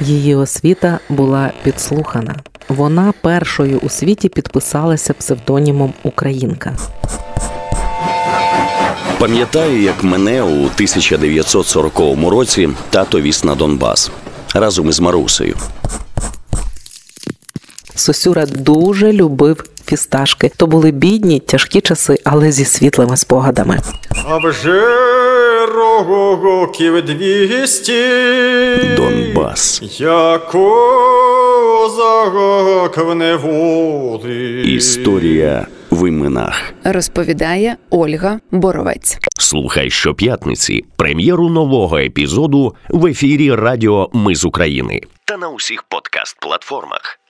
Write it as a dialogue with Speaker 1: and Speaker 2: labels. Speaker 1: Її освіта була підслухана. Вона першою у світі підписалася псевдонімом Українка.
Speaker 2: Пам'ятаю, як мене у 1940 році тато віз на Донбас разом із Марусею.
Speaker 1: Сосюра дуже любив фісташки. То були бідні, тяжкі часи, але зі світлими спогадами.
Speaker 3: Обжирого років двісті.
Speaker 2: Донбас
Speaker 3: Я козак в неволі.
Speaker 2: історія в іменах.
Speaker 4: розповідає Ольга Боровець.
Speaker 5: Слухай щоп'ятниці прем'єру нового епізоду в ефірі Радіо Ми з України та на усіх подкаст-платформах.